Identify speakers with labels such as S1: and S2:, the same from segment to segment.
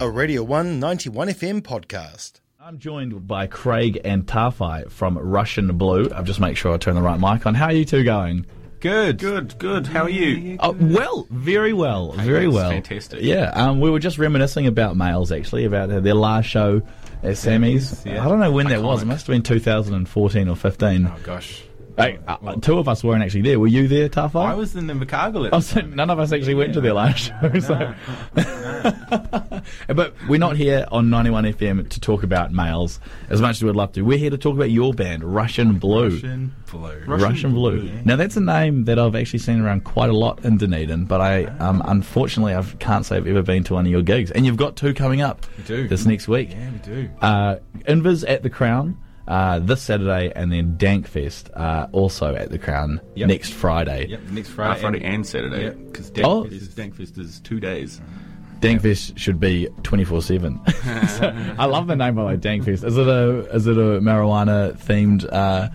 S1: a Radio 191 FM podcast.
S2: I'm joined by Craig and Tafai from Russian Blue. I'll just make sure I turn the right mic on. How are you two going?
S3: Good.
S4: Good, good. How are you?
S2: Uh, well, very well, very
S4: that's
S2: well.
S4: fantastic.
S2: Yeah, um, we were just reminiscing about males actually about their, their last show at Sammy's.
S4: yeah.
S2: I don't know when that was. It
S4: Iconic.
S2: must have been 2014 or 15.
S4: Oh gosh.
S2: Hey, uh, uh, two of us weren't actually there. Were you there, Tafai?
S3: I was in the Macargo
S2: Oh, so none of us actually went to their last show. So. but we're not here on 91 FM to talk about males as much as we'd love to. We're here to talk about your band, Russian Blue.
S3: Russian blue.
S2: Russian, Blue. Now that's a name that I've actually seen around quite a lot in Dunedin, but I um, unfortunately I can't say I've ever been to one of your gigs. And you've got two coming up
S3: do.
S2: this next week.
S3: Yeah, we do.
S2: Uh, Invis at the Crown uh, this Saturday, and then Dankfest uh, also at the Crown
S3: Yep.
S2: next Friday.
S3: Yep, next
S4: Uh,
S3: Friday.
S4: Friday and
S3: Yeah,
S4: Saturday.
S3: because
S2: Oh.
S3: Dankfest, is, Dankfest is two days.
S2: Dankfest should be twenty four seven. I love the name by the way, Dankfest. Is it a is it a marijuana themed? Uh,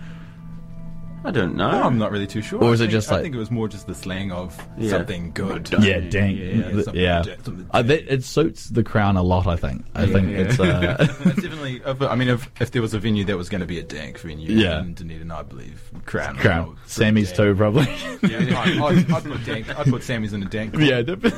S4: I don't know.
S3: Uh, I'm not really too sure.
S2: Or is
S3: I
S2: it
S3: think-
S2: just
S3: I
S2: like-
S3: think it was more just the slang of
S4: Yeah.
S3: something good.
S2: yeah, dank.
S3: Yeah,
S2: Yeah,
S3: yeah, something
S2: yeah.
S3: with ja- something with
S2: Uh,
S3: ja-
S2: that, it suits the crown a lot. I think. I think it's. Uh,
S3: It's definitely. of- I mean, if, if there was a venue that was going to be a dank venue
S2: Yeah.
S3: in Dunedin, I believe Crown.
S2: Crown.
S3: Oh,
S2: Sammy's too, probably.
S3: Yeah, I- I'd, I'd put dank. I'd put Sammy's in a dank.
S2: yeah. dip- but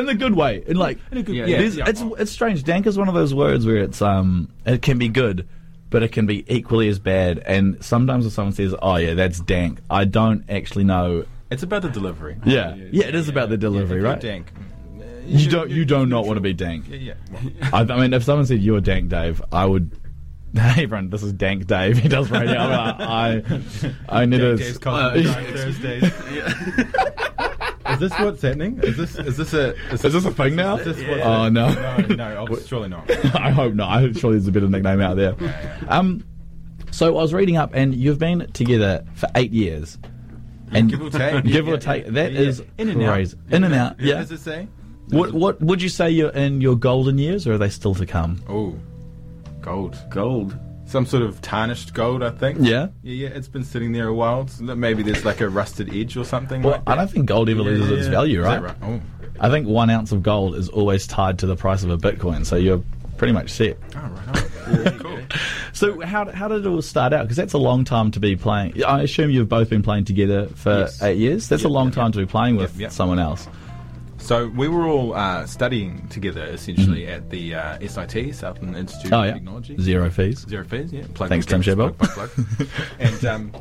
S2: in a good way. In like, yeah,
S3: yeah, yeah.
S2: it's it's strange. Dank is one of those words where it's um, it can be good, but it can be equally as bad. And sometimes if someone says, "Oh yeah, that's dank," I don't actually know.
S3: It's about the delivery.
S2: Yeah, yeah, it is about the
S3: Yeah, if
S2: delivery,
S3: you're
S2: right?
S3: Dank. uh,
S2: You
S3: should-
S2: don't, you do not want to be dank.
S3: Yeah, yeah.
S2: I, I mean, if someone said you're dank, Dave, I would. Hey, everyone, this is Dank Dave. He does radio. I, I, I need
S3: Dank
S2: a-
S3: Dave's coffee
S2: Uh,
S3: grind Thursdays. Is this what's happening? Is this is this a is
S2: Is this a thing now?
S3: this what-
S2: Oh no.
S3: no no oh, surely not.
S2: I hope not. I'm sure there's a better nickname out there. Um, so I was reading up, and you've been together for eight years. And
S3: Give or take,
S2: give
S3: Yeah,
S2: or take.
S3: yeah,
S2: That
S3: yeah.
S2: is
S3: in and out.
S2: crazy. In and out. Yeah.
S3: Does it say?
S2: What What would you say you're in your golden years, or are they still to come?
S3: Oh, gold.
S4: Gold.
S3: Some sort of tarnished gold, I think.
S2: Yeah.
S3: Yeah, yeah. It's been sitting there a while. So that maybe there's like a rusted edge or something.
S2: Well,
S3: like
S2: I don't think gold ever
S3: that.
S2: loses its
S3: Yeah.
S2: value,
S3: Is that
S2: right?
S3: Oh,
S2: I think one ounce of gold is always tied to the price of a bitcoin, so you're pretty much set.
S3: oh right. Oh, cool.
S2: So how how did it all start out? Because that's a long time to be playing. I assume you've both been playing together for
S3: Yes.
S2: eight years. That's a long time to be playing with
S3: Yep, yep.
S2: someone else.
S3: So we were all uh, studying together essentially at the uh, SIT, Southland Institute
S2: Mm-hmm. Oh
S3: of
S2: yeah,
S3: Technology.
S2: zero fees.
S3: Zero fees, yeah. Plug,
S2: Thanks,
S3: plug,
S2: Tim
S3: plug,
S2: Shebo.
S3: plug, plug. and um,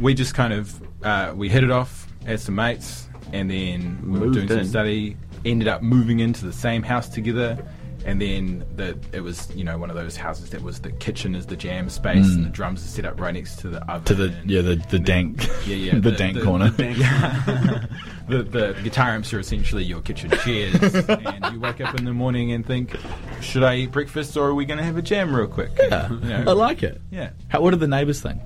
S3: we just kind of uh, we hit it off as some mates, and then we were
S4: Moved
S3: doing some
S4: in.
S3: study. Ended up moving into the same house together, and then the it was you know one of those houses that was the kitchen is the jam space, and the drums are set up right next to the oven.
S2: Mm. To the yeah the, the dank
S3: Yeah, yeah,
S2: the, dank corner.
S3: The, the, the guitar amps are essentially your kitchen chairs, and you wake up in the morning and think, should I eat breakfast or are we going to have a jam real quick?
S2: Yeah, Oh.
S3: You
S2: I
S3: know,
S2: like it.
S3: yeah.
S2: How, what did the neighbours think?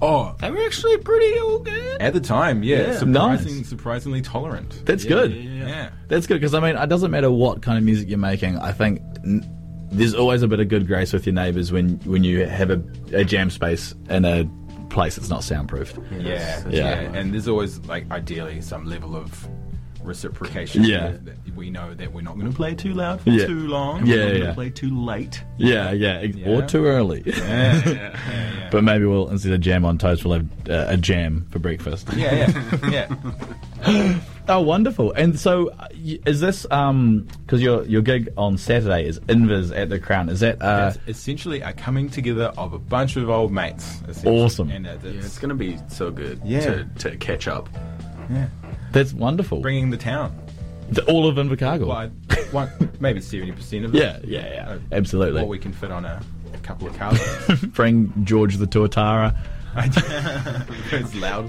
S3: Oh,
S4: They were actually pretty all good.
S3: at the time, yeah,
S4: Yeah.
S3: surprising,
S2: Nice.
S3: surprisingly tolerant.
S2: That's good.
S3: yeah.
S2: That's good because I mean, it doesn't matter what kind of music you're making. I think n- there's always a bit of good grace with your neighbours when when you have a, a jam space in a place that's not soundproofed.
S3: Yeah.
S4: That's- that's
S3: yeah.
S2: right.
S3: And there's always like ideally some level of reciprocation.
S2: Yeah.
S3: that we know that we're not going to play too loud for
S2: Yeah.
S3: too long.
S2: Yeah,
S3: we're not
S2: yeah,
S3: gonna
S2: yeah.
S3: play too late.
S2: Yeah, yeah, ex- or
S3: Yeah.
S2: too early.
S3: Yeah, yeah, yeah, yeah.
S2: But maybe we'll instead of jam on toast, we'll have uh, a jam for breakfast.
S3: yeah, yeah, yeah.
S2: Oh, wonderful! And so, uh, y- is this um because your your gig on Saturday is Invis at the Crown? Is that uh
S3: It's essentially a coming together of a bunch of old mates. essentially.
S2: Awesome.
S3: And uh, it-
S4: It's
S3: it's
S4: gonna be so good
S3: Yeah.
S4: to, to catch up.
S2: that's wonderful?
S3: bringing the town.
S2: The- all of Invercargill.
S3: Well, I- one, maybe 70% of it.
S2: yeah, yeah, yeah,
S3: Uh,
S2: absolutely.
S3: Or we can fit on a, a couple of cars.
S2: Bring George the Tortara.
S3: it's loud.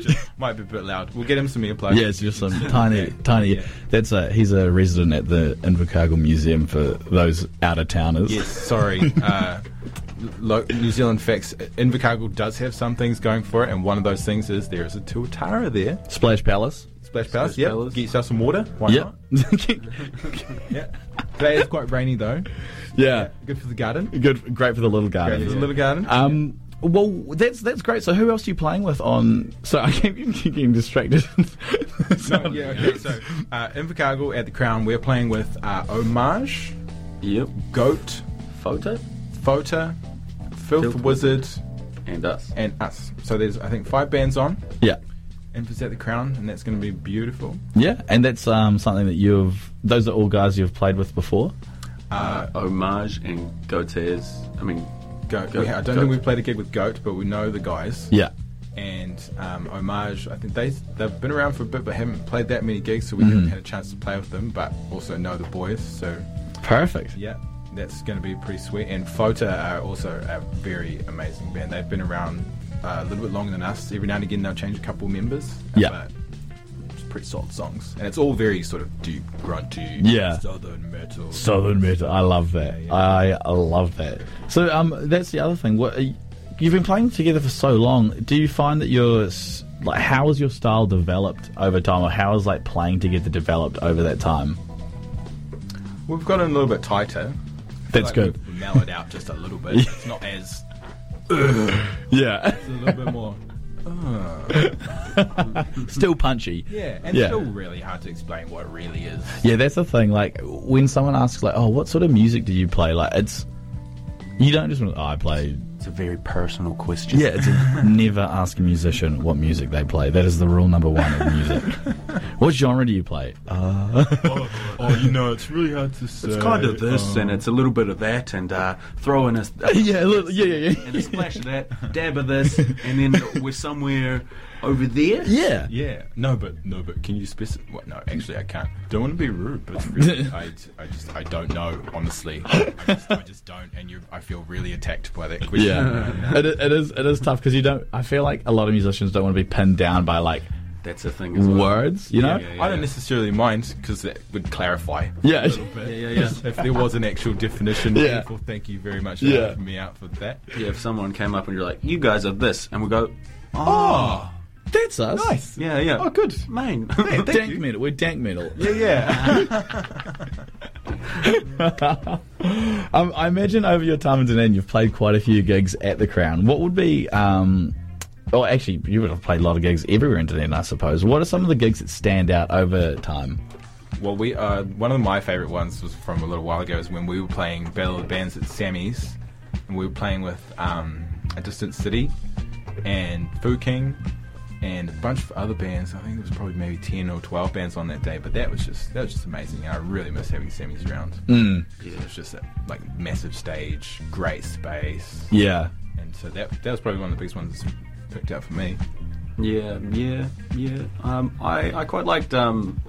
S3: Just, might be a bit loud. We'll get him some earplugs.
S2: Yeah, it's just some tiny, tiny.
S3: yeah.
S2: That's a he's a resident at the Invercargill Museum for those out of towners.
S3: Yes, sorry. Uh, lo- New Zealand facts. Invercargill does have some things going for it, and one of those things is there is a Tuatara there.
S2: Splash Palace.
S3: Splash Palace,
S4: Splash
S3: yeah.
S4: Palace.
S3: Get yourself some water. Why
S2: Yep.
S3: not? Yeah. Today is quite rainy though.
S2: yeah.
S3: Good for the garden.
S2: Good, great for the little
S3: Great
S2: garden.
S3: for the little garden.
S2: Um, Well, that's that's great. So who else are you playing with on? So I keep keep getting distracted.
S3: No, Oh, yeah, okay. So, uh, Invercargill at the Crown, we're playing with uh, Homage,
S4: Yep.
S3: Goat,
S4: Photo
S3: Fota, Filth,
S4: Filth
S3: Wizard,
S4: and us.
S3: and us. So there's, I think, five bands on.
S2: yeah,
S3: Inver's at the Crown, and that's going to be beautiful.
S2: yeah, and that's um, something that you've. Those are all guys you've played with before.
S4: Uh, homage and Gautier's. I mean,
S3: Goat.
S4: Goat,
S3: we- I don't
S4: Goat.
S3: think we've played a gig with Goat, but we know the guys.
S2: Yeah,
S3: And um, Homage, I think they they've been around for a bit, but haven't played that many gigs, so we
S2: Mm-hmm.
S3: haven't had a chance to play with them. But also know the boys, so
S2: perfect.
S3: Yeah, that's going to be pretty sweet. And Fota are also a very amazing band. They've been around uh, a little bit longer than us. Every now and again, they'll change a couple members.
S2: Yeah.
S3: But it's pretty solid songs. And it's all very sort of deep, grunty,
S2: Yeah.
S3: southern metal.
S2: Southern metal. I love that.
S3: yeah.
S2: I love that. So um, that's the other thing. What are you, you've been playing together for so long. Do you find that your s- like how has your style developed over time, or how has like playing together developed over that time?
S3: We've gotten a little bit tighter.
S2: That's
S3: Like,
S2: good.
S3: We've mellowed out just a little bit. It's not as.
S2: Yeah,
S3: It's a little bit more.
S2: still punchy.
S3: Yeah, and
S2: Yeah.
S3: still really hard to explain what it really is.
S2: Yeah, that's the thing. Like when someone asks, like, "Oh, what sort of music do you play?" Like, it's you don't just want. Oh, I play.
S4: it's a very personal question.
S2: Yeah, it's a, never ask a musician what music they play. That is the rule number one of music. what genre do you play?
S3: Oh, you know, it's uh, um, really hard to say.
S4: It's kind of this, and it's a little bit of that, and uh, throw in a, a
S2: yeah, look, yeah, yeah,
S4: and a splash of that, dab of this, and then we're somewhere over there.
S2: yeah.
S3: Yeah, no, but no, but can you specify? What? No, actually, I can't. Don't want to be rude, but it's really, I, I just, I don't know, honestly. I just, I just don't, and you, I feel really attacked by that question.
S2: Yeah, it, it is. It is tough because you don't. I feel like a lot of musicians don't want to be pinned down by like
S4: That's the thing. As well.
S2: words. You know.
S4: yeah,
S3: I don't necessarily mind because that would clarify.
S2: Yeah.
S4: Yeah, yeah, yeah.
S3: If there was an actual definition,
S2: Yeah.
S3: people, thank you very much for
S2: Yeah.
S3: helping me out for that.
S4: Yeah, if someone came up and you're like, "You guys are this," and we go,
S3: Oh,
S2: That's us.
S3: nice.
S4: "Yeah, yeah."
S3: Oh, good.
S4: Mate.
S2: dank metal. We're dank metal.
S3: Yeah, yeah.
S2: Um, I imagine over your time in Dunedin, you've played quite a few gigs at the Crown. What would be, um, oh, actually, you would have played a lot of gigs everywhere in Dunedin, I suppose. What are some of the gigs that stand out over time?
S3: well, we uh, one of my favorite ones was from a little while ago is when we were playing Battle of the Bands at Sammy's, and we were playing with um, a distant city and Foo King and a bunch of other bands. I think there was probably maybe ten or twelve bands on that day, but that was just that was just amazing. I really miss having Sammy's around.
S2: Hmm.
S3: Mm. It was just a, like massive stage, great space,
S2: Yeah.
S3: and so that that was probably one of the biggest ones that's picked out for me.
S4: Yeah, yeah, yeah. Um, I, I quite liked um,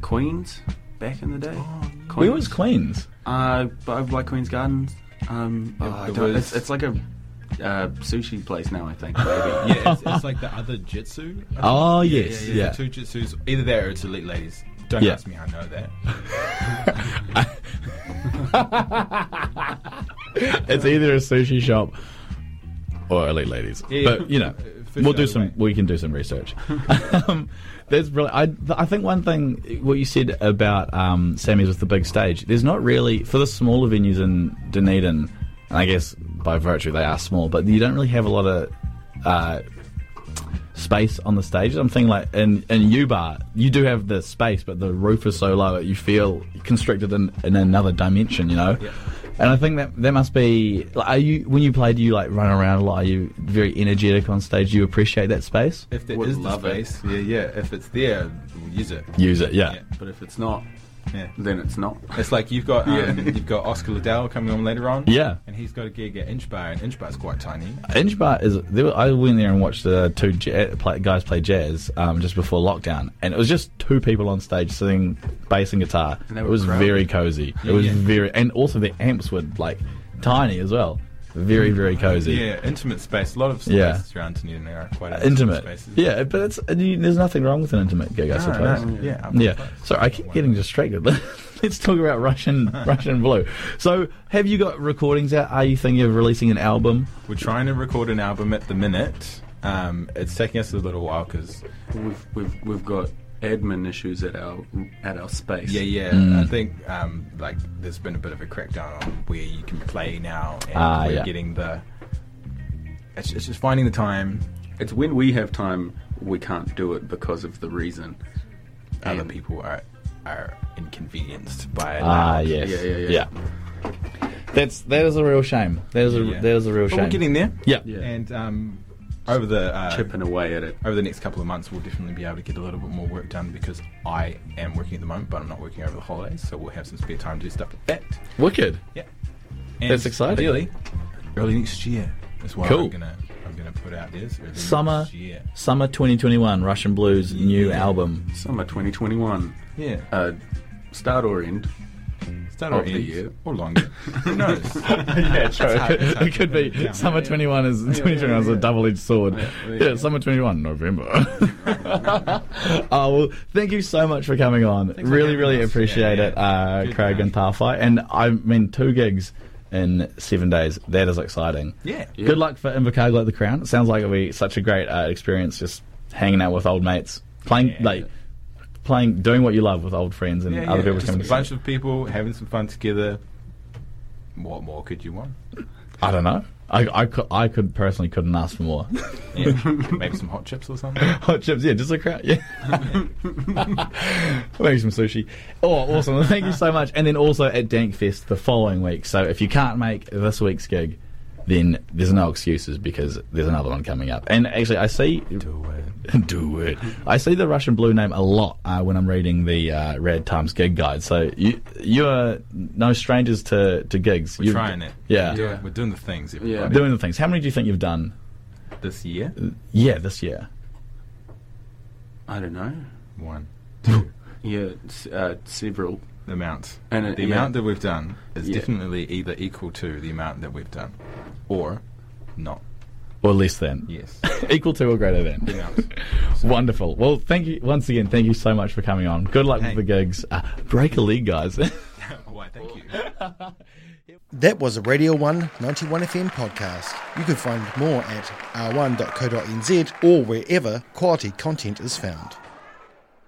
S4: Queens back in the day.
S3: Oh,
S4: Queens.
S2: Where was Queens?
S4: Uh, I like Queens Gardens. Um, oh, I
S3: it
S4: don't,
S3: was-
S4: it's, it's like a uh, sushi place now, I think. Maybe.
S3: Yeah, it's, it's like the other jitsu. I think.
S2: Oh, yes. Yeah.
S3: Yeah, the two jitsus. Either that or it's elite ladies. Don't
S2: Yeah.
S3: ask me, I know that.
S2: It's either a sushi shop or Elite Ladies.
S3: Yeah,
S2: but,
S3: yeah.
S2: you know,
S3: For
S2: we'll
S3: sure,
S2: do some,
S3: mate.
S2: we can do some research. um, that's brilliant. I, th- I think one thing, what you said about um, Sammy's with the big stage, there's not really, for the smaller venues in Dunedin, and I guess by virtue they are small, but you don't really have a lot of uh, space on the stages. I'm thinking like in in U bar, you do have the space, but the roof is so low that you feel constricted in, in another dimension. You know.
S3: Yeah.
S2: And I think that that must be. Like, are you when you play? Do you like run around a lot? Are you very energetic on stage? Do you appreciate that space?
S3: If there
S4: Would
S3: is the
S4: love it.
S3: space, yeah, yeah. If it's there, we'll use it.
S2: Use it. Yeah.
S3: Yeah.
S4: But if it's not,
S3: Yeah.
S4: then it's not.
S3: It's like you've got um,
S4: Yeah.
S3: you've got Oscar Liddell coming on later on.
S2: Yeah.
S3: and he's got a gig at Inch Bar, and Inch Bar's quite tiny.
S2: Inch bar is. There were, I went there and watched the two ja play, guys play jazz um, just before lockdown, and it was just two people on stage singing bass and guitar.
S4: And they
S2: it
S4: were
S2: was
S4: crowded.
S2: very cozy. it was
S3: yeah.
S2: very, and also the amps were like tiny as well. Very very cozy.
S3: Yeah, intimate space. A lot of
S2: Yeah.
S3: spaces around Dunedin are quite intimate
S2: Intimate.
S3: Spaces.
S2: Yeah, but it's and you, there's nothing wrong with an intimate gig, I
S3: No,
S2: suppose.
S3: no, yeah, I'm-
S2: Yeah. So I keep getting distracted. Let's talk about Russian Russian blue. So have you got recordings out? Are you thinking of releasing an album?
S3: We're trying to record an album at the minute. Um, it's taking us a little while because
S4: We've, we've, we've got admin issues at our at our space.
S3: Yeah, yeah. I think um, like there's been a bit of a crackdown on where you can play now, and
S2: Ah,
S3: we're
S2: yeah.
S3: getting the It's, it's just finding the time.
S4: It's when we have time, we can't do it because of the reason.
S3: Other
S4: And-
S3: people are are inconvenienced by it.
S2: Ah, yes.
S4: Yeah, yeah, yeah.
S2: That's that is a real shame. That is a
S3: Yeah.
S2: that is a real
S3: but
S2: shame.
S3: we're getting there.
S2: yeah.
S4: Yeah.
S3: And um, over the uh,
S4: Chipping away at it.
S3: over the next couple of months, we'll definitely be able to get a little bit more work done because I am working at the moment, but I'm not working over the holidays, so we'll have some spare time to do stuff like that.
S2: Wicked.
S3: Yeah, and
S2: That's exciting.
S3: Ideally, early next year is what
S2: Cool.
S3: I'm gonna I'm gonna put out there. is early
S2: Summer
S3: next year.
S2: Summer 2021 Russian Blues new
S3: Yeah.
S2: album.
S4: Summer 2021.
S3: Yeah,
S4: Uh, start or end.
S3: start
S4: of
S3: or
S4: the
S3: end,
S4: year.
S3: or longer. Who knows?
S2: yeah, true.
S3: It's hard- it's hard
S2: it could
S3: to
S2: be
S3: pin it down.
S2: summer
S3: Yeah, yeah.
S2: 21 is 2021 is a double-edged sword. Yeah,
S3: yeah.
S2: summer 21 November. oh well, thank you so much for coming on.
S3: for
S2: really,
S3: having
S2: really
S3: us.
S2: appreciate
S3: Yeah,
S2: it,
S3: yeah.
S2: uh,
S3: Good,
S2: Craig
S3: man.
S2: and Tarfai. And I mean, two gigs in seven days. That is exciting.
S3: Yeah.
S2: Good luck for Invercargill at the Crown. It sounds like it'll be such a great uh, experience, just hanging out with old mates, playing
S3: Yeah.
S2: like playing, doing what you love with old friends and
S3: Yeah,
S2: other
S3: yeah,
S2: people
S3: just
S2: coming.
S3: a
S2: to
S3: bunch of people having some fun together. What more could you want?
S2: I don't know. I, I, could, I could personally couldn't ask for more.
S3: Yeah, maybe some hot chips or something.
S2: Hot chips, yeah, just a crowd, yeah. Maybe some sushi. Oh, awesome! Thank you so much. And then also at Dankfest the following week. So if you can't make this week's gig, then there's no excuses because there's another one coming up. And actually, I see
S3: Do it.
S2: do it. I see the Russian blue name a lot uh, when I'm reading the uh, Rad Times gig guide. So you you are no strangers to to gigs.
S3: We're
S2: You've-
S3: trying it.
S2: Yeah.
S3: We're doing,
S4: Yeah.
S3: we're doing the things everybody.
S4: Yeah.
S2: Doing the things. How many do you think you've done?
S3: This year,
S2: Yeah, this year.
S4: I don't know.
S3: one.
S4: Yeah, s- uh, several.
S3: The amount.
S4: And it-
S3: the
S4: yeah.
S3: amount that we've done is
S4: Yeah.
S3: definitely either equal to the amount that we've done or not.
S2: Or less than.
S3: Yes.
S2: Equal to or greater than.
S3: The amount.
S2: Wonderful. Well, thank you once again. Thank you so much for coming on. Good luck
S3: Hey.
S2: with the gigs. Uh, break a league, guys.
S3: Why, thank you.
S1: That was a Radio 1 91 FM podcast. You can find more at r1.co.nz or wherever quality content is found.